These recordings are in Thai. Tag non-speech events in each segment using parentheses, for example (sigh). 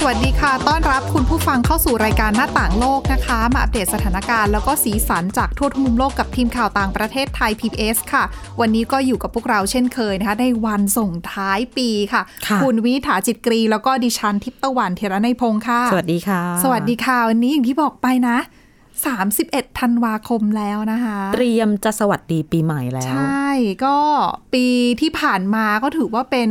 สวัสดีค่ะ ต้อนรับคุณผู้ฟังเข้าสู่รายการหน้าต่างโลกนะคะ มาอัปเดตสถานการณ์แล้วก็สีสันจากทั่วทุกมุมโลกกับทีมข่าวต่างประเทศไทย PBS ค่ะ วันนี้ก็อยู่กับพวกเราเช่นเคยนะคะ ในวันส่งท้ายปีค่ะ ค่ะ ณวิถาจิตกรี แล้วก็ดิฉันทิพย์ตะวันเทระในยพงค์ค่ะ สวัสดีค่ะ สวัสดีค่ะ วันนี้อย่างที่บอกไปนะ 31ธันวาคมแล้วนะคะ เตรียมจะสวัสดีปีใหม่แล้ว ใช่ ก็ปีที่ผ่านมาก็ถือว่าเป็น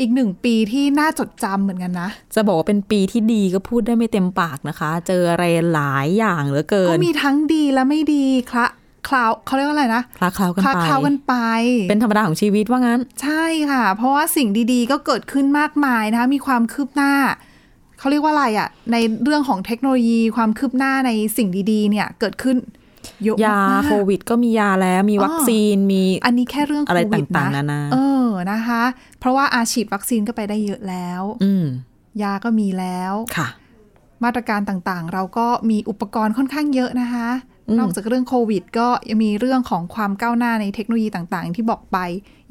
อีกหนึ่งปีที่น่าจดจำเหมือนกันนะ จะบอกว่าเป็นปีที่ดีก็พูดได้ไม่เต็มปากนะคะ เจออะไรหลายอย่างเหลือเกิ ก็ น มีทั้งดีและไม่ดีคละคลาวเขาเรียกว่าอะไรนะ คลาเคล้ากัน คละ ไป เคล้ากันไป เป็นธรรมดาของชีวิตว่างั้น ใช่ค่ะ เพราะว่าสิ่งดีๆ ก็เกิดขึ้นมากมายนะคะมีความคืบหน้า เขาเรียกว่าอะไรอะ่ะ ในเรื่องของเทคโนโลยีความคืบหน้าในสิ่งดีๆ เนี่ยเกิดขึ้นเยอะ ยาม ากๆ โควิดก็มียาแล้วมี อ้อ วัคซีนมี อันนี้แค่เรื่องโค อะไร วิด ต่าง นะ ๆนานา เออนะคะ เพราะว่าอาฉีดวัคซีนก็ไปได้เยอะแล้ว อืม ยาก็มีแล้ว ค่ะ มาตรการต่างๆ เราก็มีอุปกรณ์ค่อนข้างเยอะนะคะ อืม นอกจากเรื่องโควิด ก็ยังมีเรื่องของความก้าวหน้าในเทคโนโลยีต่างๆอย่างที่บอกไป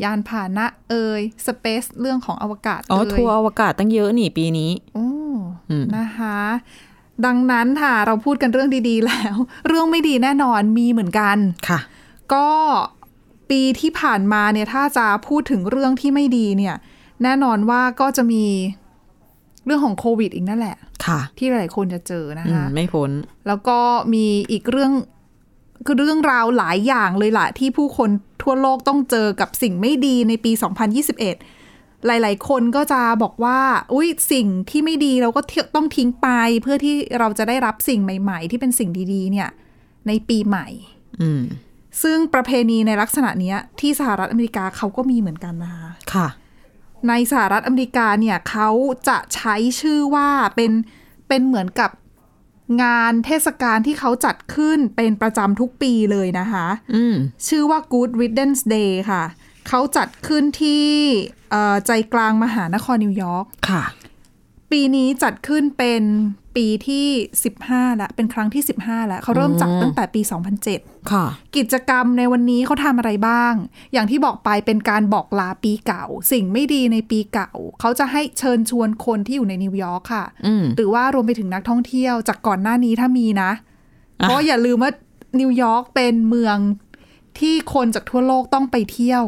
ยานพาหนะเอ่ยสเปซเรื่องของอวกาศ อ๋อ เอ่ย ทัวร์อวกาศตั้งเยอะนี่ปีนี้ โอ้ อืม นะคะ ดังนั้นค่ะเราพูดกันเรื่องดีๆแล้ว (laughs) เรื่องไม่ดีแน่นอนมีเหมือนกัน ค่ะ ก็ปีที่ผ่านมาเนี่ยถ้าจะพูดถึงเรื่องที่ไม่ดีเนี่ย แน่นอนว่าก็จะมีเรื่องของโควิดอีกนั่นแหละ ค่ะ ที่หลายๆคนจะเจอนะ อืม คะ ไม่พ้น แล้วก็มีอีกเรื่องคือเรื่องราวหลายอย่างเลยล่ะ ที่ผู้คนทั่วโลกต้องเจอกับสิ่งไม่ดีในปี 2021 หลาย ๆ คนก็จะบอกว่า อุ้ยสิ่งที่ไม่ดีเราก็เที่ยวต้องทิ้งไป เพื่อที่เราจะได้รับสิ่งใหม่ ๆ ที่เป็นสิ่งดีๆ เนี่ยในปีใหม่ อืม ซึ่งประเพณีในลักษณะเนี้ยที่สหรัฐอเมริกาเขาก็มีเหมือนกันนะคะ ค่ะ ในสหรัฐอเมริกาเนี่ยเขาจะใช้ชื่อว่าเป็นเป็นเหมือนกับงานเทศกาลที่เขาจัดขึ้นเป็นประจำทุกปีเลยนะคะ อืม ชื่อว่า Good Riddance Day ค่ะ เขาจัดขึ้นที่เอ่อใจกลางมหานครนิวยอร์ก ค่ะ ปีนี้จัดขึ้นเป็นปีที่ 15 แล้ว เป็นครั้งที่ 15 แล้วเขาเริ่มจัดตั้งแต่ปี 2007 ค่ะ กิจกรรมในวันนี้เขาทำอะไรบ้าง อย่างที่บอกไปเป็นการบอกลาปีเก่า สิ่งไม่ดีในปีเก่า เขาจะให้เชิญชวนคนที่อยู่ในนิวยอร์กค่ะ อืม หรือว่ารวมไปถึงนักท่องเที่ยวจากก่อนหน้านี้ถ้ามีนะ อ่ะ เพราะอย่าลืมว่านิวยอร์กเป็นเมืองที่คนจากทั่วโลกต้องไปเที่ยว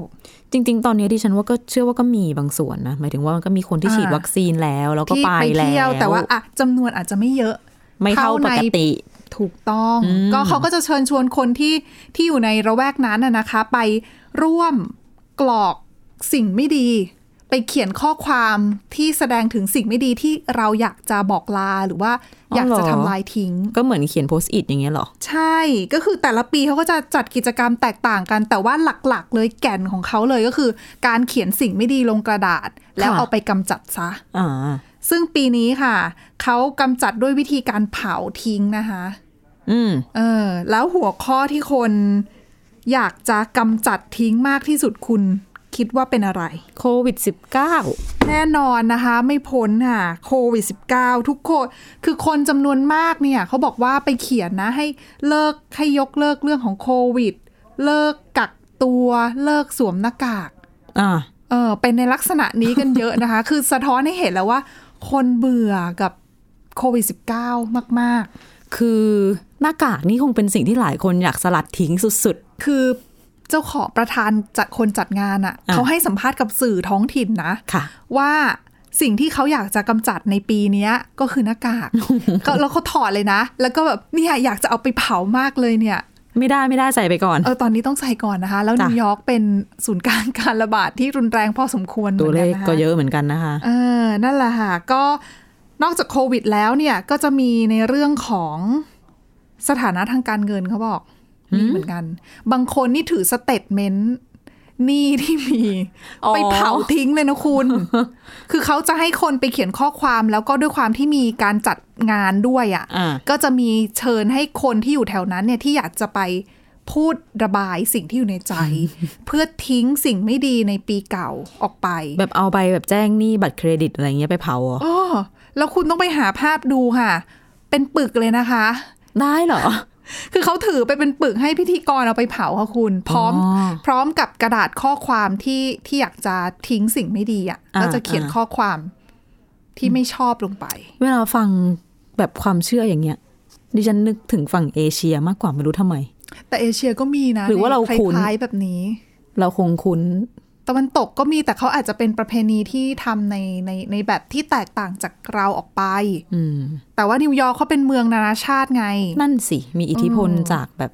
จริง ๆ ตอนนี้ดิฉันว่าก็เชื่อว่าก็มีบางส่วนนะ หมายถึงว่ามันก็มีคนที่ อ่า ฉีดวัคซีนแล้ว แล้วก็ ที่ ไป ไป แล้ เที่ยว วแต่ว่าอะจำนวนอาจจะไม่เยอะ ไม่เข้าปกติ ถูกต้อง อืม ก็เขาก็จะเชิญชวนคนที่ที่อยู่ในระแวกนั้นน่ะนะคะ ไปร่วมกรอกสิ่งไม่ดี ไปเขียนข้อความที่แสดงถึงสิ่งไม่ดีที่เราอยากจะบอกลาหรือว่าอยากจะทำลายทิ้ง ก็เหมือนเขียนโพสต์อิทอย่างเงี้ยเหรอ ใช่ก็คือแต่ละปีเขาก็จะจัดกิจกรรมแตกต่างกัน แต่ว่าหลักๆ เลยแก่นของเขาเลยก็คือ การเขียนสิ่งไม่ดีลงกระดาษ แล้ว ค่ะ เอาไปกำจัดซะ อ่า ซึ่งปีนี้ค่ะเขากำจัดด้วยวิธีการเผาทิ้งนะคะ อืม เออแล้วหัวข้อที่คนอยากจะกำจัดทิ้งมากที่สุดคุณคิดว่าเป็นอะไร โควิด -19 แน่นอนนะคะ ไม่พ้นค่ะโควิด -19 ทุกคน คือคนจำนวนมากเนี่ยเขาบอกว่าไปเขียนนะให้เลิกให้ยกเลิกเรื่องของโควิด เลิกกักตัวเลิกสวมหน้ากาก อ่า เออเป็นในลักษณะนี้กันเยอะนะคะ คือสะท้อนให้เห็นแล้วว่า คนเบื่อกับโควิด -19 มาก ๆ คือหน้ากากนี่คงเป็นสิ่งที่หลายคนอยากสลัดทิ้งสุด คือเจ้าของประธานจัดคนจัดงานอะ่ะ อ่ะ เขาให้สัมภาษณ์กับสื่อท้องถิ่นนะ ๆ ค่ะ ว่าสิ่งที่เขาอยากจะกำจัดในปีเนี้ยก็คือหน้า (laughs) กากก็แล้วเขาถอดเลยนะ แล้วก็แบบเนี่ยอยากจะเอาไปเผามากเลยเนี่ย ไม่ได้ไม่ได้ใส่ไปก่อน เออตอนนี้ต้องใส่ก่อนนะคะ แล้ว จ้ะ นิวยอร์กเป็นศูนย์กลางการระบาดที่รุนแรงพอสมควร ตัวเลข หมืนนนค ก็เยอะเหมือนกันนะคะ เออ นั่นแหละค่ะ ก็นอกจากโควิดแล้วเนี่ย ก็จะมีในเรื่องของสถานะทางการเงินเขาบอก มีเหมือนกัน บางคนนี่ถือสเตทเมนต์หนี้ที่มี อ๋อ ไปเผาทิ้งเลยนะคุณ คือเขาจะให้คนไปเขียนข้อความแล้วก็ด้วยความที่มีการจัดงานด้วยอ่ะ อ่า ก็จะมีเชิญให้คนที่อยู่แถวนั้นเนี่ยที่อยากจะไปพูดระบายสิ่งที่อยู่ใน (laughs) ใจ เพื่อทิ้งสิ่งไม่ดีในปีเก่าออกไป แบบเอาไปแบบแจ้งหนี้บัตรเครดิตอะไรเงี้ยไปเผาเหรอ อ๋อ แล้วคุณต้องไปหาภาพดูค่ะ เป็นปึกเลยนะคะ ได้เหรอ คือเขาถือไปเป็นปึกให้พิธีกรเอาไปเผาค่ะคุณ พร้อม อ๋อ พร้อมกับกระดาษข้อความที่ที่อยากจะทิ้งสิ่งไม่ดีอ่ะ อ่า ก็จะเขียนข้อความที่ไม่ชอบลงไป เวลาฟังแบบความเชื่ออย่างเงี้ย ดิฉันนึกถึงฝั่งเอเชียมากกว่าไม่รู้ทำไม แต่เอเชียก็มีนะ หรือว่าเรา คล คุ้น ้ายๆแบบนี้ เราคงคุ้น ตะวันตกก็มีแต่เขาอาจจะเป็นประเพณีที่ทำในในในแบบที่แตกต่างจากเราออกไป อืม แต่ว่านิวยอร์กเขาเป็นเมืองนานาชาติไง นั่นสิ มีอิทธิพลจากแบบ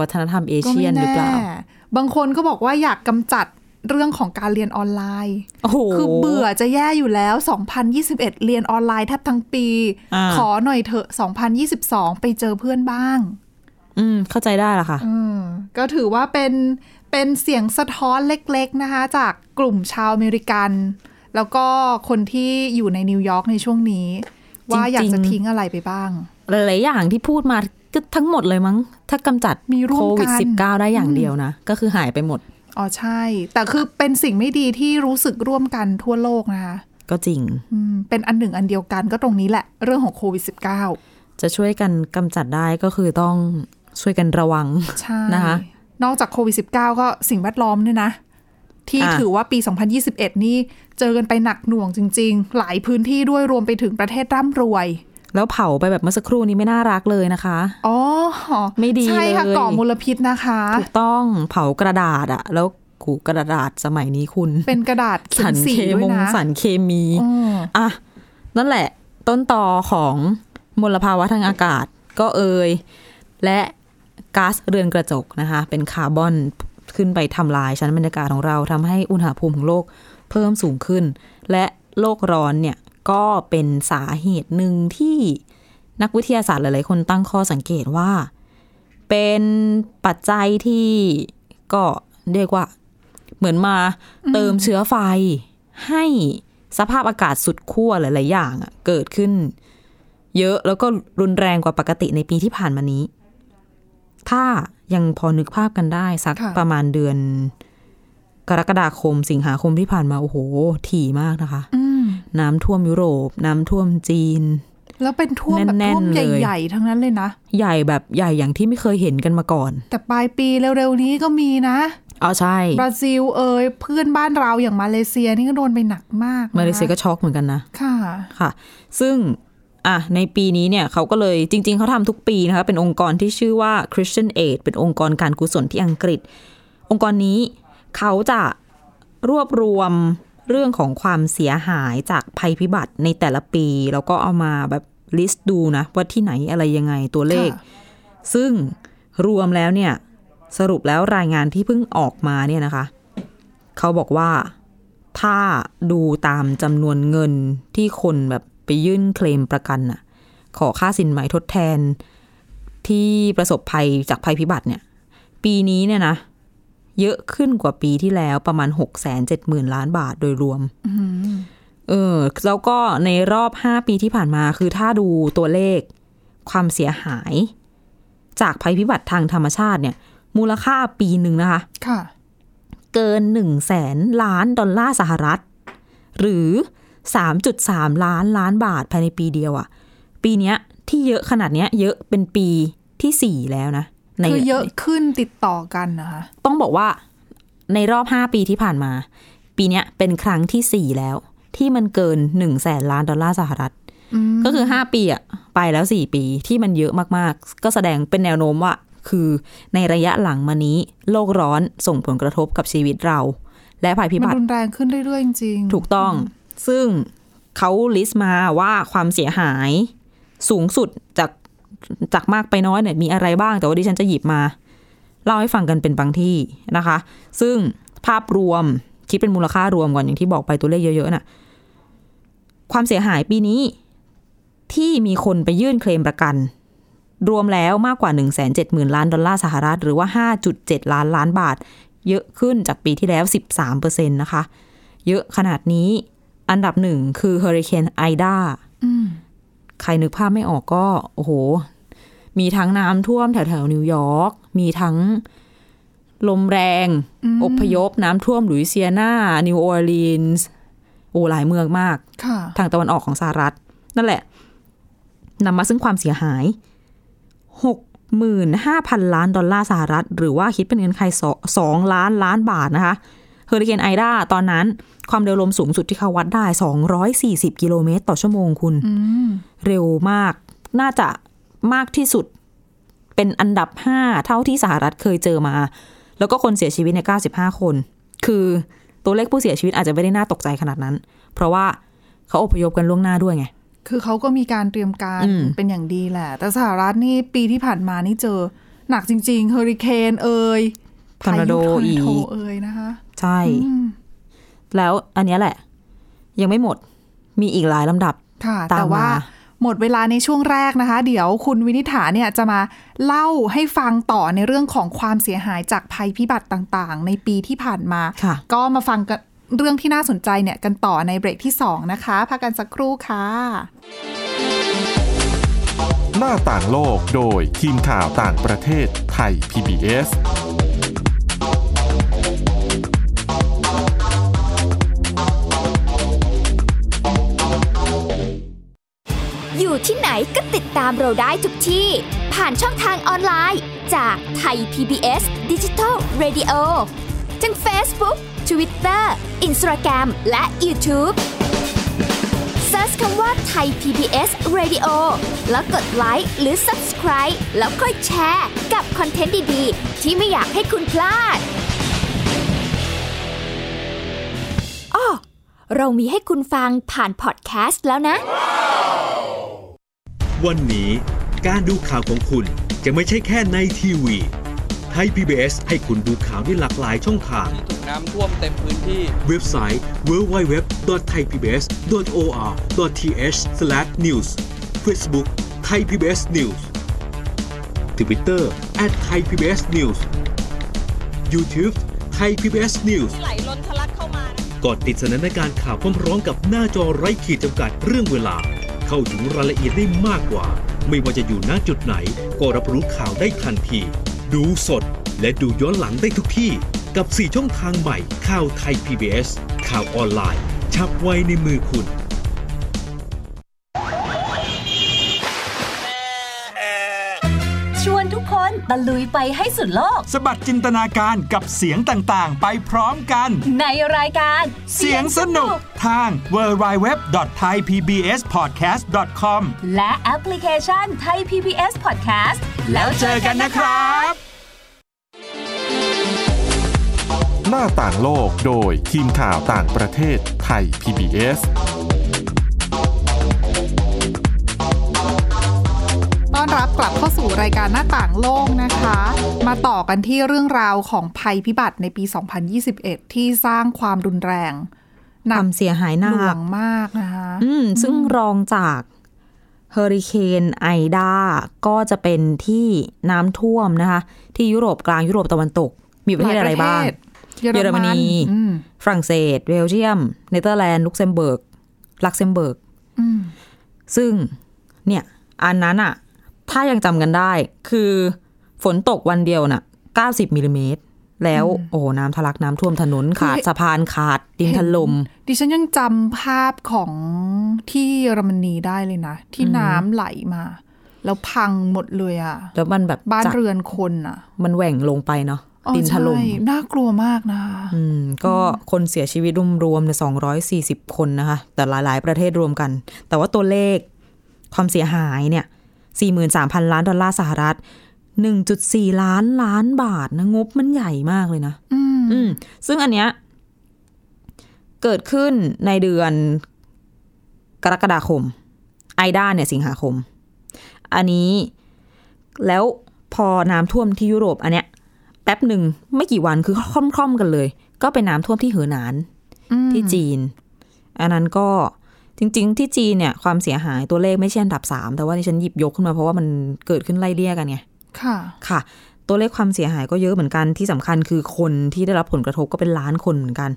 วัฒนธรรมเอเชียนหรือเปล่า ก็ไม่แน่บางคนก็บอกว่าอยากกำจัดเรื่องของการเรียนออนไลน์ โอ้โห คือเบื่อจะแย่อยู่แล้ว 2021 เรียนออนไลน์แทบทั้งปี อ่า ขอหน่อยเถอะ 2022 ไปเจอเพื่อนบ้าง อืม เข้าใจได้ละค่ะ อืมก็ถือว่าเป็นเป็นเสียงสะท้อนเล็กๆนะคะ จากกลุ่มชาวอเมริกัน แล้วก็คนที่อยู่ในนิวยอร์กในช่วงนี้ ว่าอยากจะทิ้งอะไรไปบ้าง หลาย ๆ อย่างที่พูดมาก็ทั้งหมดเลยมั้ง ถ้ากำจัด มีร่วม โควิด กัน -19 ได้อย่างเดียวนะ ก็คือหายไปหมด อ๋อใช่ แต่คือเป็นสิ่งไม่ดีที่รู้สึกร่วมกันทั่วโลกนะคะ ก็จริง อืมเป็นอันหนึ่งอันเดียวกันก็ตรงนี้แหละเรื่องของโควิด -19 จะช่วยกันกำจัดได้ก็คือต้องช่วยกันระวัง ใช่ นะคะ นอกจากโควิด -19 ก็สิ่งแวดล้อมด้วยนะ ที่ อ่ะ ถือว่าปี 2021 นี่เจอกันไปหนักหน่วงจริง ๆ หลายพื้นที่ด้วยรวมไปถึงประเทศร่ำรวย แล้วเผาไปแบบเมื่อสักครู่นี้ไม่น่ารักเลยนะคะ อ๋อ ไม่ดี ใช่ค่ะ เลย ก่อมลพิษนะคะ ถูกต้องเผากระดาษอะแล้วกูกระดาษสมัยนี้คุณ เป็นกระดาษเขีย สาน ร สี เค ด้ว ม ย ง นะ สารเคมี อืม อ่ะนั่นแหละ ต้นต่อของมลภาวะทางอากาศ ก็เอ่ยและก๊าซเรือนกระจกนะคะ เป็นคาร์บอนขึ้นไปทำลายชั้นบรรยากาศของเราทำให้อุณหภูมิของโลกเพิ่มสูงขึ้น และโลกร้อนเนี่ยก็เป็นสาเหตุหนึ่งที่นักวิทยาศาสตร์หลายๆ คนตั้งข้อสังเกตว่า เป็นปัจจัยที่ก็เรียกว่า เหมือนมาเติมเชื้อไฟ ให้สภาพอากาศสุดขั้วหลาย ๆ อย่างอะเกิดขึ้น เยอะแล้วก็รุนแรงกว่าปกติในปีที่ผ่านมานี้ ถ้ายังพอนึกภาพกันได้สักประมาณเดือน กรกฎาคมสิงหาคมที่ผ่านมาโอ้โห ถี่มากนะคะ อืม น้ำท่วมยุโรป น้ำท่วมจีน แล้วเป็นท่วมแบบ แน่นๆ ท่วม เลย ใหญ่ๆ ทั้งนั้นเลยนะ ใหญ่แบบใหญ่อย่างที่ไม่เคยเห็นกันมาก่อน แต่ปลายปีเร็วๆนี้ก็มีนะ อ๋อใช่ บราซิลเอ่ยเพื่อนบ้านเราอย่างมาเลเซียนี่ก็โดนไปหนักมากนะ มาเลเซียก็ช็อกเหมือนกันนะ ค่ะ ค่ะ ซึ่ง อ่ะ ในปีนี้เนี่ยเขาก็เลยจริง ๆ เขาทำทุกปีนะคะ เป็นองค์กรที่ชื่อว่า Christian Aid เป็นองค์กรการกุศลที่อังกฤษ องค์กรนี้เขาจะรวบรวมเรื่องของความเสียหายจากภัยพิบัติในแต่ละปี แล้วก็เอามาแบบลิสต์ดูนะ ว่าที่ไหนอะไรยังไงตัวเลข ค่ะ ซึ่งรวมแล้วเนี่ย สรุปแล้วรายงานที่เพิ่งออกมาเนี่ยนะคะ เขาบอกว่าถ้าดูตามจำนวนเงินที่คนแบบไปยื่นเคลมประกันน่ะ ขอค่าสินไหมทดแทนที่ประสบภัยจากภัยพิบัติเนี่ย ปีนี้เนี่ยนะ เยอะขึ้นกว่าปีที่แล้วประมาณ6กแสนเจ็ดหมื่นล้านบาทโดยรวม เออ แล้วก็ในรอบ 5 ปีที่ผ่านมาคือถ้าดูตัวเลขความเสียหาย จากภัยพิบัติทางธรรมชาติเนี่ย มูลค่าปีหนึ่งนะคะ ค่ะ เกิน1นึ่งแสนล้านดอลลาร์สหรัฐ หรือ 3.3 ล้านล้านบาทภายในปีเดียวอะ่ะ ปีเนี้ยที่เยอะขนาดเนี้ยเยอะเป็นปีที่ 4 แล้วนะใน คือเยอะขึ้นติดต่อกันนะคะ ต้องบอกว่าในรอบ 5 ปีที่ผ่านมา ปีเนี้ยเป็นครั้งทีสี่ 4 แล้ว ที่มันเกิน1นึ่งแสนล้านดอลลาร์สหรัฐ อืม ก็คือ 5 ปีอะไปแล้ว 4 ปีที่มันเยอะมาก ๆ ก็แสดงเป็นแนวโน้มว่า คือในระยะหลังมานี้ โลกร้อนส่งผลกระทบกับชีวิตเรา และภัยพิ มัน บัติ รุนแรงขึ้นเรื่อยๆจริงๆ ถูกต้อง ซึ่งเขาลิสต์มาว่าความเสียหายสูงสุดจากจากมากไปน้อยเนี่ยมีอะไรบ้าง แต่ว่าดิฉันจะหยิบมา เล่าให้ฟังกันเป็นบางที่นะคะ ซึ่งภาพรวมคิดเป็นมูลค่ารวมก่อนอย่างที่บอกไปตัวเลขเยอะๆน่ะ ความเสียหายปีนี้ที่มีคนไปยื่นเคลมประกัน รวมแล้วมากกว่า 1 7 0 0 0ล้านดอลลาร์สหรัฐ หรือว่า 5.7 ล้านล้านบาท เยอะขึ้นจากปีที่แล้ว 13%นะคะ เยอะขนาดนี้อันดับหนึ่งคือเฮอริเคนไอดา อืม ใครนึกภาพไม่ออกก็ โอ้โห มีทั้งน้ำท่วมแถวแถวๆนิวยอร์ก มีทั้งลมแรง อพยพน้ำท่วมลุยเซียนา นิวออร์ลีนส์โอ้หลายเมืองมาก ค่ะ ทางตะวันออกของสหรัฐ นั่นแหละนำมาซึ่งความเสียหาย 65,000 ล้านดอลลาร์สหรัฐ หรือว่าคิดเป็นเงินไทยสองล้านล้านบาทนะคะเฮอริเคนไอดาตอนนั้นความเร็วลมสูงสุดที่เขาวัดได้ 240 กิโลเมตรต่อชั่วโมงคุณ อืม เร็วมาก น่าจะมากที่สุดเป็นอันดับ 5 เท่าที่สหรัฐเคยเจอมา แล้วก็คนเสียชีวิตในย95 คน คือตัวเลขผู้เสียชีวิตอาจจะไม่ได้น่าตกใจขนาดนั้น เพราะว่าเขาอพยพกันล่วงหน้าด้วยไง คือเขาก็มีการเตรียมการ อืม เป็นอย่างดีแหละ แต่สหรัฐนี่ปีที่ผ่านมานี่เจอ หนักจริงๆเฮอริเคนเอ่ย ทอร์นาโด พยุ อี ทร์นาโด ก เอ่ยนะคะ ใช่ อืม แล้วอันเนี้ยแหละ ยังไม่หมดมีอีกหลายลำดับ ค่ะ ตา แต่ ม ว่า มา หมดเวลาในช่วงแรกนะคะ เดี๋ยวคุณวินิษฐาเนี่ยจะมาเล่าให้ฟังต่อในเรื่องของความเสียหายจากภัยพิบัติต่างๆ ในปีที่ผ่านมา ค่ะ ก็มาฟังกันเรื่องที่น่าสนใจเนี่ยกันต่อในเบรกที่ 2 นะคะพักกันสักครู่ค่ะ หน้าต่างโลกโดยทีมข่าวต่างประเทศไทย PBS อยู่ที่ไหนก็ติดตามเราได้ทุกที่ ผ่านช่องทางออนไลน์ จากไทย PBS Digital Radio ทั้ง Facebook Twitter Instagram และ YouTube Search คำว่าไทย PBS Radio แล้วกดไลค์หรือ Subscribe แล้วค่อยแชร์ กับคอนเทนต์ดี ๆ ที่ไม่อยากให้คุณพลาดอ้อเรามีให้คุณฟังผ่านพอดแคสต์แล้วนะ วันนี้การดูข่าวของคุณจะไม่ใช่แค่ในทีวีไทย PBS ให้คุณดูข่าวได้หลากหลายช่องทาง ถูกน้ำท่วมเต็มพื้นที่ เว็บไซต์ www.thaipbs.or.th/news Facebook Thai PBS News Twitter @thaipbsnews YouTube Thai PBS News ไหลล้นทะลักเข้ามา ก่อนติดสนันการข่าวพร้อมร้องกับหน้าจอไร้ขีดจำกัดเรื่องเวลา เข้าถึงรายละเอียดได้มากกว่า ไม่ว่าจะอยู่ณจุดไหน ก็รับรู้ข่าวได้ทันที ดูสดและดูย้อนหลังได้ทุกที่ กับ 4 ช่องทางใหม่ ข่าวไทย PBS ข่าวออนไลน์ ชับไว้ในมือคุณ ชวนทุกคนตะลุยไปให้สุดโลก สบัดจินตนาการกับเสียงต่าง ๆ ไปพร้อมกัน ในรายการ เสียงสนุกทาง www.thaipbspodcast.com และแอปพลิเคชันไทย PBS Podcast แล้วเจอกันนะครับ หน้าต่างโลกโดยทีมข่าวต่างประเทศไทย PBS ต้อนรับกลับเข้าสู่รายการหน้าต่างโลกนะคะ มาต่อกันที่เรื่องราวของภัยพิบัติในปี 2021 ที่สร้างความรุนแรงห ค นัก วามเสียหายห ห น้า น่วงมากนะคะ อืมซึ่งรองจากเฮอริเคนไอดาก็จะเป็นที่น้ำท่วมนะคะ ที่ยุโรปกลางยุโรปตะวันตก มีประเทศอะไรบ้าง หลยเทศเยอรมัน เยอรมนี อืม ฝรั่งเศสเบลเยียม เนเธอร์แลนด์ลุกเซมเบิร์กลักเซมเบิร์ก อืม ซึ่งเนี่ยอันนั้นอะถ้ายังจำกันได้คือฝนตกวันเดียวน่ะ 90มิลลิเมตรแล้วโอ้โหน้ำทะลักน้ำท่วมถนนขาด คือ สะพานขาดดินถ (laughs) ล่ม ดิฉันยังจำภาพของที่เยอรมนีได้เลยนะ ที่น้ำไหลมา แล้วพังหมดเลยอะ แล้วมันแบบ บ้าน จัด เรือนคนอะ มันแหว่งลงไปเนาะ อ๋อ ดินถล่ม ใช่น่ากลัวมากนะ อืมก็คนเสียชีวิตรวมๆในย240 คนนะคะ แต่หลายๆ ประเทศรวมกัน แต่ว่าตัวเลขความเสียหายเนี่ย 43,000 ล้านดอลลาร์สหรัฐ 1.4 ล้านล้านบาทนะงบมันใหญ่มากเลยนะ อืม อืมซึ่งอันเนี้ยเกิดขึ้นในเดือนกรกฎาคม ไอด้าเนี่ยสิงหาคม อันนี้แล้วพอน้ำท่วมที่ยุโรปอันเนี้ยแป๊บหนึ่งไม่กี่วันคือค่อมๆกันเลย ก็เป็นน้ำท่วมที่เหอหนานที่จีน อันนั้นก็จริง ๆ ที่จีนเนี่ยความเสียหายตัวเลขไม่ใช่อันดับสามแต่ว่าที่ฉันหยิบยกขึ้นมาเพราะว่ามันเกิดขึ้นไล่เลี่ยกันไง ค่ะ ค่ะ ตัวเลขความเสียหายก็เยอะเหมือนกันที่สำคัญคือคนที่ได้รับผลกระทบก็เป็นล้านคนเหมือนกัน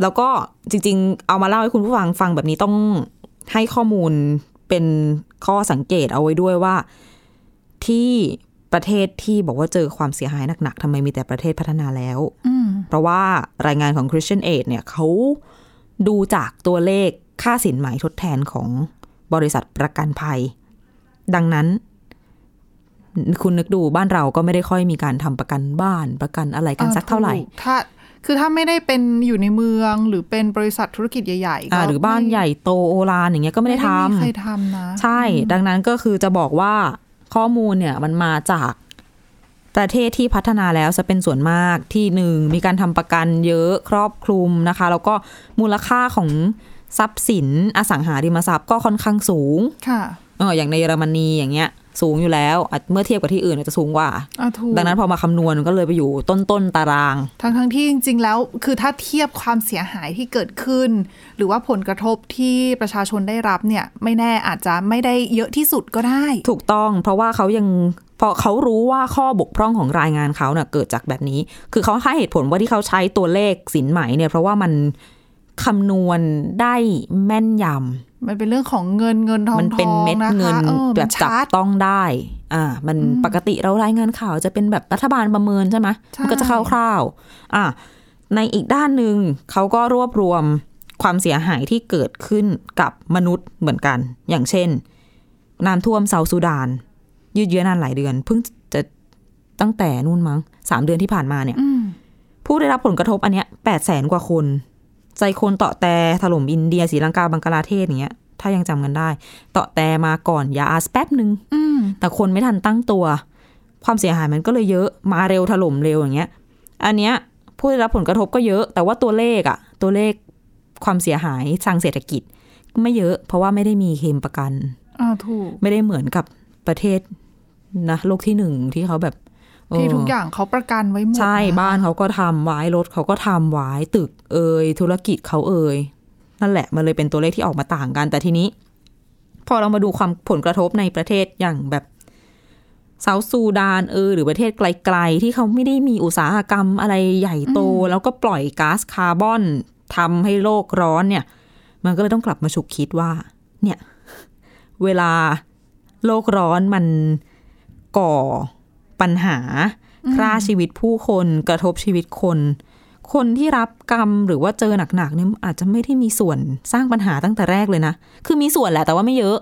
แล้วก็จริงๆ เอามาเล่าให้คุณผู้ฟังฟังแบบนี้ต้องให้ข้อมูลเป็นข้อสังเกตเอาไว้ด้วยว่า ที่ประเทศที่บอกว่าเจอความเสียหายหนักๆทำไมมีแต่ประเทศพัฒนาแล้ว อืม เพราะว่ารายงานของ Christian Aid เนี่ยเขาดูจากตัวเลขค่าสินไหมทดแทนของ บริษัทประกันภัย ดังนั้น คุณนึกดูบ้านเราก็ไม่ได้ค่อยมีการทำประกันบ้านประกันอะไรกันสักเท่าไหร่ ถูกถ้าคือถ้าไม่ได้เป็นอยู่ในเมืองหรือเป็นบริษัทธุรกิจใหญ่ๆก็ อ่าหรือบ้าน ไม่ ใหญ่โตโอฬารอย่างเงี้ยก็ไม่ได้ท ไม่มีใคร ำ ทำนะ ใช่ ดังนั้นก็คือจะบอกว่าข้อมูลเนี่ยมันมาจากประเทศที่พัฒนาแล้วจะเป็นส่วนมากที่หนึ่งมีการทำประกันเยอะครอบคลุมนะคะ แล้วก็มูลค่าของทรัพย์สินอสังหาริมทรัพย์ก็ค่อนข้างสูง ค่ะ เอออย่างในเยอรมนีอย่างเงี้ยสูงอยู่แล้วอ่ะเมื่อเทียบกับที่อื่นอาจจะสูงกว่า อ่ะถูก ดังนั้นพอมาคำนวณก็เลยไปอยู่ต้นต้นๆตาราง ทั้งทั้งๆที่จริง ๆ แล้วคือถ้าเทียบความเสียหายที่เกิดขึ้น หรือว่าผลกระทบที่ประชาชนได้รับเนี่ย ไม่แน่อาจจะไม่ได้เยอะที่สุดก็ได้ ถูกต้องเพราะว่าเขายังพอเขารู้ว่าข้อบกพร่องของรายงานเขาเน่ะเกิดจากแบบนี้ คือเขาให้เหตุผลว่าที่เขาใช้ตัวเลขสินไหมเนี่ย เพราะว่ามันคำนวณได้แม่นยำ มันเป็นเรื่องของเงินเงินทอง มันเป็น ทอเม็ดงะคะ เงิน ออ แบบจับ มันชัด ต้องได้ อ่า มันปกติเรารายงานข่าวจะเป็นแบบรัฐบาลประเมินใช่ไหม ใช่ มันก็จะคร่าวๆอ่าในอีกด้านหนึ่งเขาก็รวบรวมความเสียหายที่เกิดขึ้นกับมนุษย์เหมือนกัน อย่างเช่น น้ำท่วมเซาท์ซูดาน ยืดเยื้อนานหลายเดือน เพิ่งจะตั้งแต่นู่นมั้งสามเดือนที่ผ่านมาเนี่ย อืม ผู้ได้รับผลกระทบอันเนี้ยแปดแสนกว่าคน ใจคนเตาะแตถล่มอินเดียศรีลังกาบังกลาเทศอย่างเงี้ย ถ้ายังจำกันได้ เตาะแตมาก่อนยาอาสแป๊บหนึ่ง อืม แต่คนไม่ทันตั้งตัว ความเสียหายมันก็เลยเยอะมาเร็วถล่มเร็วอย่างเงี้ย อันเนี้ยผู้ได้รับผลกระทบก็เยอะ แต่ว่าตัวเลขอะตัวเลขความเสียหายทางเศรษฐกิจไม่เยอะ เพราะว่าไม่ได้มีเคลมประกัน อ่าถูก ไม่ได้เหมือนกับประเทศนะโลกที่หนึ่งที่เขาแบบเ ที่ทุกอย่างเขาประกันไว้หมด ใช่ นะ บ้านเขาก็ทำไว้รถเขาก็ทำไว้ตึกเอ่ยธุรกิจเขาเอ่ยนั่นแหละมันเลยเป็นตัวเลขที่ออกมาต่างกัน แต่ทีนี้ พอเรามาดูความผลกระทบในประเทศอย่างแบบเซาท์ซูดานเอยหรือประเทศไกลๆ ที่เขาไม่ได้มีอุตสาหกรรมอะไรใหญ่โต แล้วก็ปล่อยก๊าซคาร์บอนทำให้โลกร้อนเนี่ย มันก็เลยต้องกลับมาฉุกคิดว่า เนี่ย เวลาโลกร้อนมันก่อปัญหาฆ่าชีวิตผู้คนกระทบชีวิตคน คนที่รับกรรมหรือว่าเจอหนักๆเนี่ยอาจจะไม่ได้มีส่วนสร้างปัญหาตั้งแต่แรกเลยนะ คือมีส่วนแหละแต่ว่าไม่เยอะ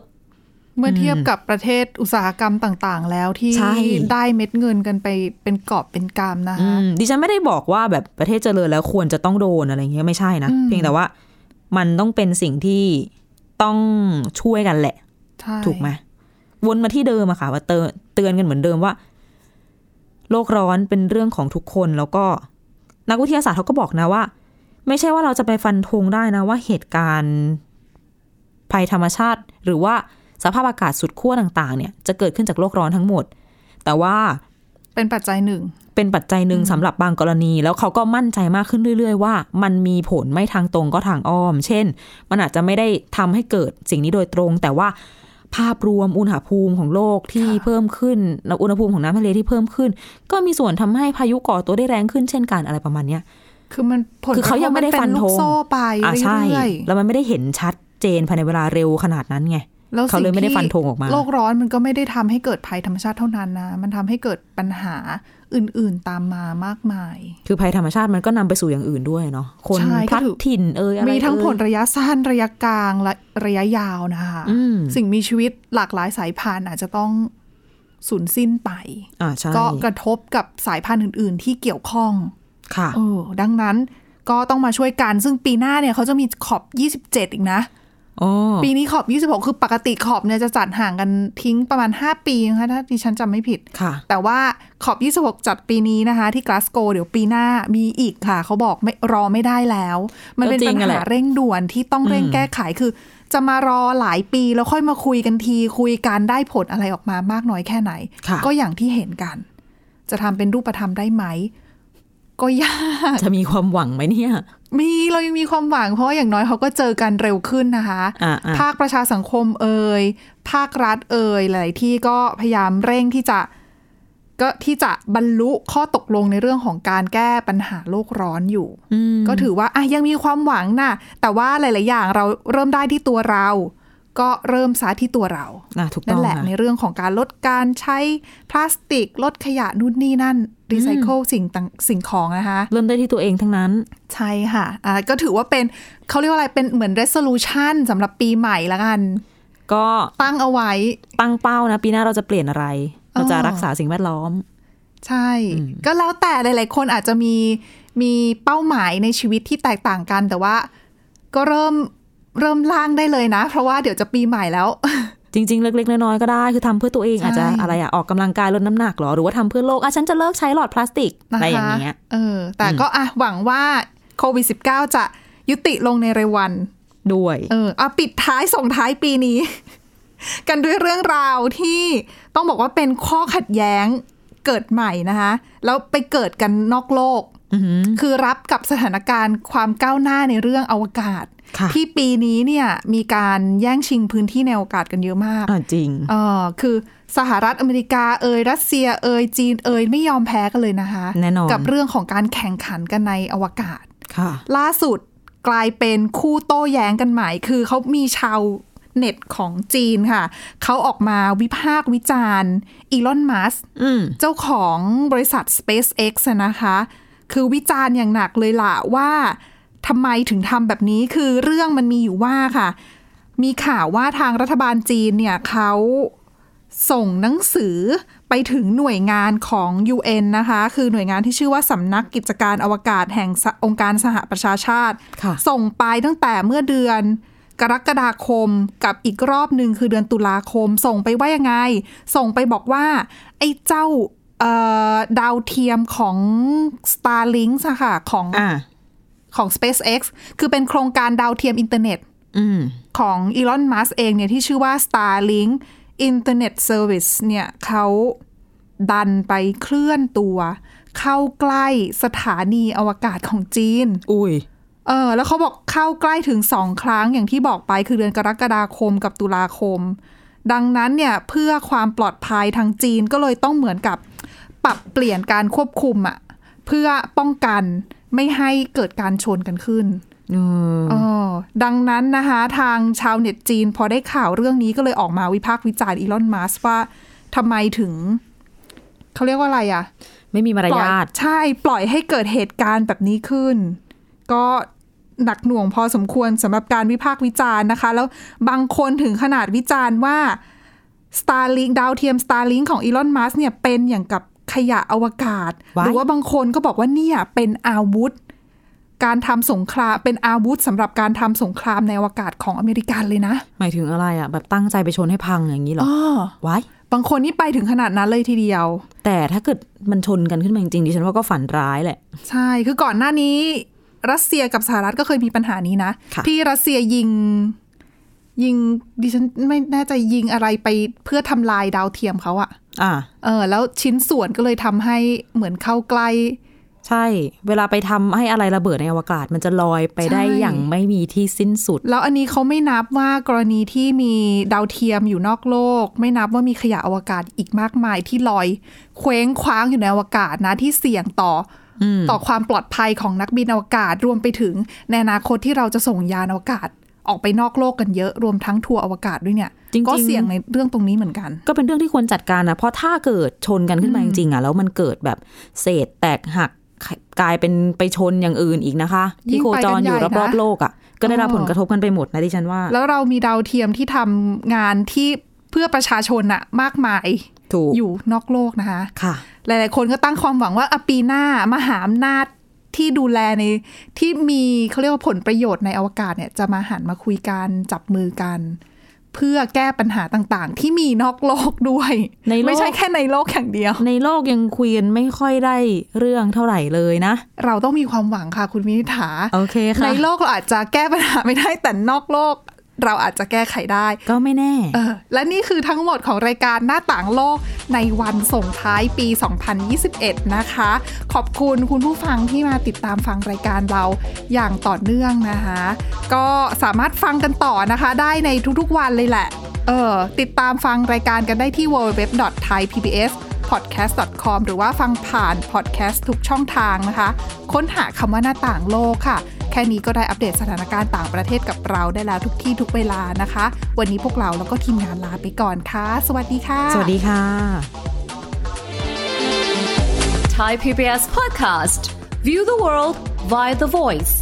เมื่อเทียบกับประเทศอุตสาหกรรมต่าง ๆ แล้วที่ ใช่ ได้เม็ดเงินกันไปเป็นกอบเป็นกำนะ อื คะ มดิฉันไม่ได้บอกว่าแบบประเทศเจริญแล้วควรจะต้องโดนอะไรเงี้ยไม่ใช่นะ อืม เพียงแต่ว่ามันต้องเป็นสิ่งที่ต้องช่วยกันแหละ ใช่ ถูกไหมวนมาที่เดิมอะค่ะว่าเตือนเตือนกันเหมือนเดิมว่า โลกร้อนเป็นเรื่องของทุกคนแล้วก็นักวิทยาศาสตร์เขาก็บอกนะว่า ไม่ใช่ว่าเราจะไปฟันธงได้นะว่าเหตุการณ์ภัยธรรมชาติ หรือว่าสภาพอากาศสุดขั้วต่าง ๆ เนี่ยจะเกิดขึ้นจากโลกร้อนทั้งหมด แต่ว่า เป็นปัจจัยหนึ่ง เป็นปัจจัยหนึ่งสำหรับบางกรณี แล้วเขาก็มั่นใจมากขึ้นเรื่อยๆ ว่า มันมีผลไม่ทางตรงก็ทางอ้อม เช่น มันอาจจะไม่ได้ทำให้เกิดสิ่งนี้โดยตรง แต่ว่า ภาพรวมอุณหภูมิของโลกที่เพิ่มขึ้นแล้วอุณหภูมิของน้ำทะเลที่เพิ่มขึ้น ก็มีส่วนทำให้พายุก่อตัวได้แรงขึ้นเช่นกันอะไรประมาณเนี้ย คือมันผล คือเขายังไม่ได้ กระทบ ฟัเป็ลูกนธงโซ่ไป อ่ะใช่ เรื่อย แล้วมันไม่ได้เห็นชัดเจนภายในเวลาเร็วขนาดนั้นไง ๆแล้ว เขาเลยไม่ได้ฟันธงออกมา โลกร้อนมันก็ไม่ได้ทำให้เกิดภัยธรรมชาติเท่านั้นนะ มันทำให้เกิดปัญหาอื่นๆตามมามากมาย คือภัยธรรมชาติมันก็นำไปสู่อย่างอื่นด้วยเนาะคน ใช่ พลัด ก็ถือ ถิ่นเอยอะไร มีทั้ง เอ่ย ผลระยะสั้นระยะกลางและระยะยาวนะคะ อืม สิ่งมีชีวิตหลากหลายสายพันธุ์อาจจะต้องสูญสิ้นไป อ่าใช่ ก็กระทบกับสายพันธุ์อื่น ๆ ที่เกี่ยวข้อง ค่ะ เออดังนั้นก็ต้องมาช่วยกัน ซึ่งปีหน้าเนี่ยเขาจะมีขอบ 27 อีกนะ อ๋อ ปีนี้ขอบ 26 คือปกติขอบเนี่ยจะจัดห่างกันทิ้งประมาณ 5 ปีนะคะถ้าดิฉันจำไม่ผิด ค่ะ แต่ว่าขอบ 26 จัดปีนี้นะคะ ที่กลาสโกเดี๋ยวปีหน้ามีอีกค่ะ เขาบอกไม่รอไม่ได้แล้ว มันเป็น ก็จริ ปัญ งอะแห หา ละ เร่งด่วนที่ต้องเร่งแก้ไขคือ จะมารอหลายปีแล้วค่อยมาคุยกันทีคุยการได้ผลอะไรออกมามากน้อยแค่ไหน ค่ะ ก็อย่างที่เห็นกัน จะทำเป็นรูปธรรมได้ไหม ก็ยาก (laughs) จะมีความหวังไหมเนี่ย มีเรายังมีความหวังเพราะว่าอย่างน้อยเขาก็เจอกันเร็วขึ้นนะคะ อ่าอ่า ภาคประชาสังคมเอ่ยภาครัฐเอ่ยหลายที่ก็พยายามเร่งที่จะก็ที่จะบรรลุข้อตกลงในเรื่องของการแก้ปัญหาโลกร้อนอยู่ อืม ก็ถือว่าอ่ะยังมีความหวังนะแต่ว่าหลาย ๆ อย่างเราเริ่มได้ที่ตัวเรา ก็เริ่มซะที่ตัวเรา อ่ะถูกต้ นั่ อนง แหละ อ่ะ ในเรื่องของการลดการใช้พลาสติก ลดขยะนู่นนี่นั่นรีไซเคิลสิ่งต่างสิ่งของนะคะ เริ่มได้ที่ตัวเองทั้งนั้น ใช่ค่ะอ่าก็ถือว่าเป็นเขาเรียกว่าอะไรเป็นเหมือน resolution สำหรับปีใหม่ละกัน ก็ ตั้งเอาไว้ ตั้งเป้านะปีหน้าเราจะเปลี่ยนอะไร เราจะ อ๋อ รักษาสิ่งแวดล้อม ใช่ ก็แล้วแต่หลาย ๆ คนอาจจะมีมีเป้าหมายในชีวิตที่แตกต่างกัน แต่ว่าก็เริ่มเริ่มล่างได้เลยนะ เพราะว่าเดี๋ยวจะปีใหม่แล้ว (laughs) จริง ๆ เล็ก ๆ น้อย ๆ ก็ได้ คือทำเพื่อตัวเอง ใช่ อาจจะอะไรอะออกกำลังกายลดน้ำหนักเหรอ หรือว่าทำเพื่อโลกอ่ะฉันจะเลิกใช้หลอดพลาสติก นะ อะไรอย่าง คะ เงี้ย เออ แต่ก็อ่ะหวังว่าโควิด -19 จะยุติลงในเร็ววัน ด้วย เออเอาปิดท้ายส่งท้ายปีนี้ (laughs) กันด้วยเรื่องราวที่ต้องบอกว่าเป็นข้อขัดแย้งเกิดใหม่นะคะแล้วไปเกิดกันนอกโลก คือรับกับสถานการณ์ความก้าวหน้าในเรื่องอวกาศ ค่ะ ที่ปีนี้เนี่ยมีการแย่งชิงพื้นที่ในอวกาศกันเยอะมาก อ่ะจริง เออคือสหรัฐอเมริกาเอยรัสเซียเอยจีนเอยไม่ยอมแพ้กันเลยนะคะ แน่นอน กับเรื่องของการแข่งขันกันในอวกาศ ค่ะ ล่าสุดกลายเป็นคู่โต้แย้งกันใหม่ คือเขามีชาวเน็ตของจีนค่ะ เขาออกมาวิพากษ์วิจารณ์อีลอนมัสก์ อืม เจ้าของบริษัท SpaceX อะนะคะ คือวิจารณ์อย่างหนักเลยล่ะว่าทำไมถึงทำแบบนี้คือเรื่องมันมีอยู่ว่าค่ะ มีข่าวว่าทางรัฐบาลจีนเนี่ยเขาส่งหนังสือไปถึงหน่วยงานของ UN นะคะ คือหน่วยงานที่ชื่อว่าสำนักกิจการอวกาศแห่งสองค์การสหประชาชาติ ค่ะ ส่งไปตั้งแต่เมื่อเดือน กรกฎาคมกับอีกรอบหนึ่งคือเดือนตุลาคม ส่งไปว่ายังไง ส่งไปบอกว่า ไอ้เจ้าเอ่อดาวเทียมของ Starlink อะค่ะของ อ่ะ ของ SpaceX คือเป็นโครงการดาวเทียมอินเทอร์เน็ต อืม ของอีลอนมัสเองเนี่ยที่ชื่อว่า Starlink Internet Service เนี่ยเขาดันไปเคลื่อนตัว เข้าใกล้สถานีอวกาศของจีน อุ้ย เออแล้วเขาบอกเข้าใกล้ถึงสองครั้งอย่างที่บอกไปคือเดือนกรกฎาคมกับตุลาคม ดังนั้นเนี่ยเพื่อความปลอดภัยทางจีนก็เลยต้องเหมือนกับปรับเปลี่ยนการควบคุมอะเพื่อป้องกันไม่ให้เกิดการชนกันขึ้น อืม เออดังนั้นนะคะทางชาวเน็ตจีน พอได้ข่าวเรื่องนี้ก็เลยออกมาวิพากษ์วิจารณ์อีลอนมัสว่าทำไมถึง เขาเรียกว่าอะไรอะ่ะ ไม่มีมาร ปล่อย ยาท ใช่ ปล่อยให้เกิดเหตุการณ์แบบนี้ขึ้น ก็หนักหน่วงพอสมควรสำหรับการวิพากษ์วิจารณ์นะคะ แล้วบางคนถึงขนาดวิจารณ์ว่า Starlink ดาวเทียม Starlink ของอีลอนมัสเนี่ยเป็นอย่างกับขยะอวกาศ ว้าหยรือว่าบางคนก็บอกว่าเนี่ยเป็นอาวุธ การทำสงครามเป็นอาวุธสำหรับการทำสงครามในอวกาศของอเมริกันเลยนะ หมายถึงอะไรอ่ะ แบบตั้งใจไปชนให้พังอย่างนี้เหรอ อ ไว้าย บางคนนี่ไปถึงขนาดนั้นเลยทีเดียว แต่ถ้าเกิดมันชนกันขึ้นมาจริงๆดิฉันว่าก็ฝันร้ายแหละ ใช่ คือก่อนหน้านี้ รัสเซียกับสหรัฐก็เคยมีปัญหานี้นะ ค่ะ ที่รัสเซียยิง ยิงดิฉันไม่แน่ใจยิงอะไรไปเพื่อทำลายดาวเทียมเขาอะ อ่ะ เออ แล้วชิ้นส่วนก็เลยทำให้เหมือนเข้าใกล้ ใช่ เวลาไปทำให้อะไรระเบิดในอวกาศ มันจะลอยไปได้ ใช่ อย่างไม่มีที่สิ้นสุด แล้วอันนี้เขาไม่นับว่ากรณีที่มีดาวเทียมอยู่นอกโลก ไม่นับว่ามีขยะอวกาศอีกมากมายที่ลอย เคว้งคว้างอยู่ในอวกาศนะที่เสี่ยงต่ออต่อความปลอดภัยของนักบินอวกาศรวมไปถึงในอนาคตที่เราจะส่งยานอวกาศ ออกไปนอกโลกกันเยอะรวมทั้งทัวร์อวกาศด้วยเนี่ย จริงๆ ก็เสี่ยงในเรื่องตรงนี้เหมือนกัน ก็เป็นเรื่องที่ควรจัดการนะ เพราะถ้าเกิดชนกันขึ้นมาจริงๆอ่ะ แล้วมันเกิดแบบเศษแตกหักกลายเป็นไปชนอย่างอื่นอีกนะคะ ยิ่ ที่ ง โค ไป จ กัน รอยู่ ใหญ่นะ รอบๆโลกอ่ะ ก็ได้รับ อ๋อ ผลกระทบกันไปหมดนะดิฉันว่า แล้วเรามีดาวเทียมที่ทำงานที่เพื่อประชาชนอะมากมาย ถูก อยู่นอกโลกนะคะ ค่ะ หลาย ๆ คนก็ตั้งความหวังว่าอ่ะปีหน้ามหาอำนาจที่ดูแลในที่มีเขาเรียกว่าผลประโยชน์ในอวกาศเนี่ยจะมาหันมาคุยกันจับมือกัน เพื่อแก้ปัญหาต่างๆ ที่มีนอกโลกด้วย ในโลก ไม่ใช่แค่ในโลกอย่างเดียว ในโลกยังคุยกันไม่ค่อยได้เรื่องเท่าไหร่เลยนะ เราต้องมีความหวังค่ะคุณวินิษฐา โอเคค่ะ ในโลกเราอาจจะแก้ปัญหาไม่ได้แต่นอกโลก เราอาจจะแก้ไขได้ ก็ไม่แน่ เออและนี่คือทั้งหมดของรายการหน้าต่างโลกในวันส่งท้ายปี 2021 นะคะ ขอบคุณคุณผู้ฟังที่มาติดตามฟังรายการเราอย่างต่อเนื่องนะคะ ก็สามารถฟังกันต่อนะคะ ได้ในทุกๆวันเลยแหละ เออติดตามฟังรายการกันได้ที่ www.thaipbs podcast.com หรือว่าฟังผ่าน podcast ทุกช่องทางนะคะ ค้นหาคำว่าหน้าต่างโลกค่ะ แค่นี้ก็ได้อัปเดตสถานการณ์ต่างประเทศกับเราได้แล้วทุกที่ทุกเวลานะคะ วันนี้พวกเราแล้วก็ทีมงานลาไปก่อนค่ะ สวัสดีค่ะ สวัสดีค่ะ Thai PBS podcast. View the world via the voice.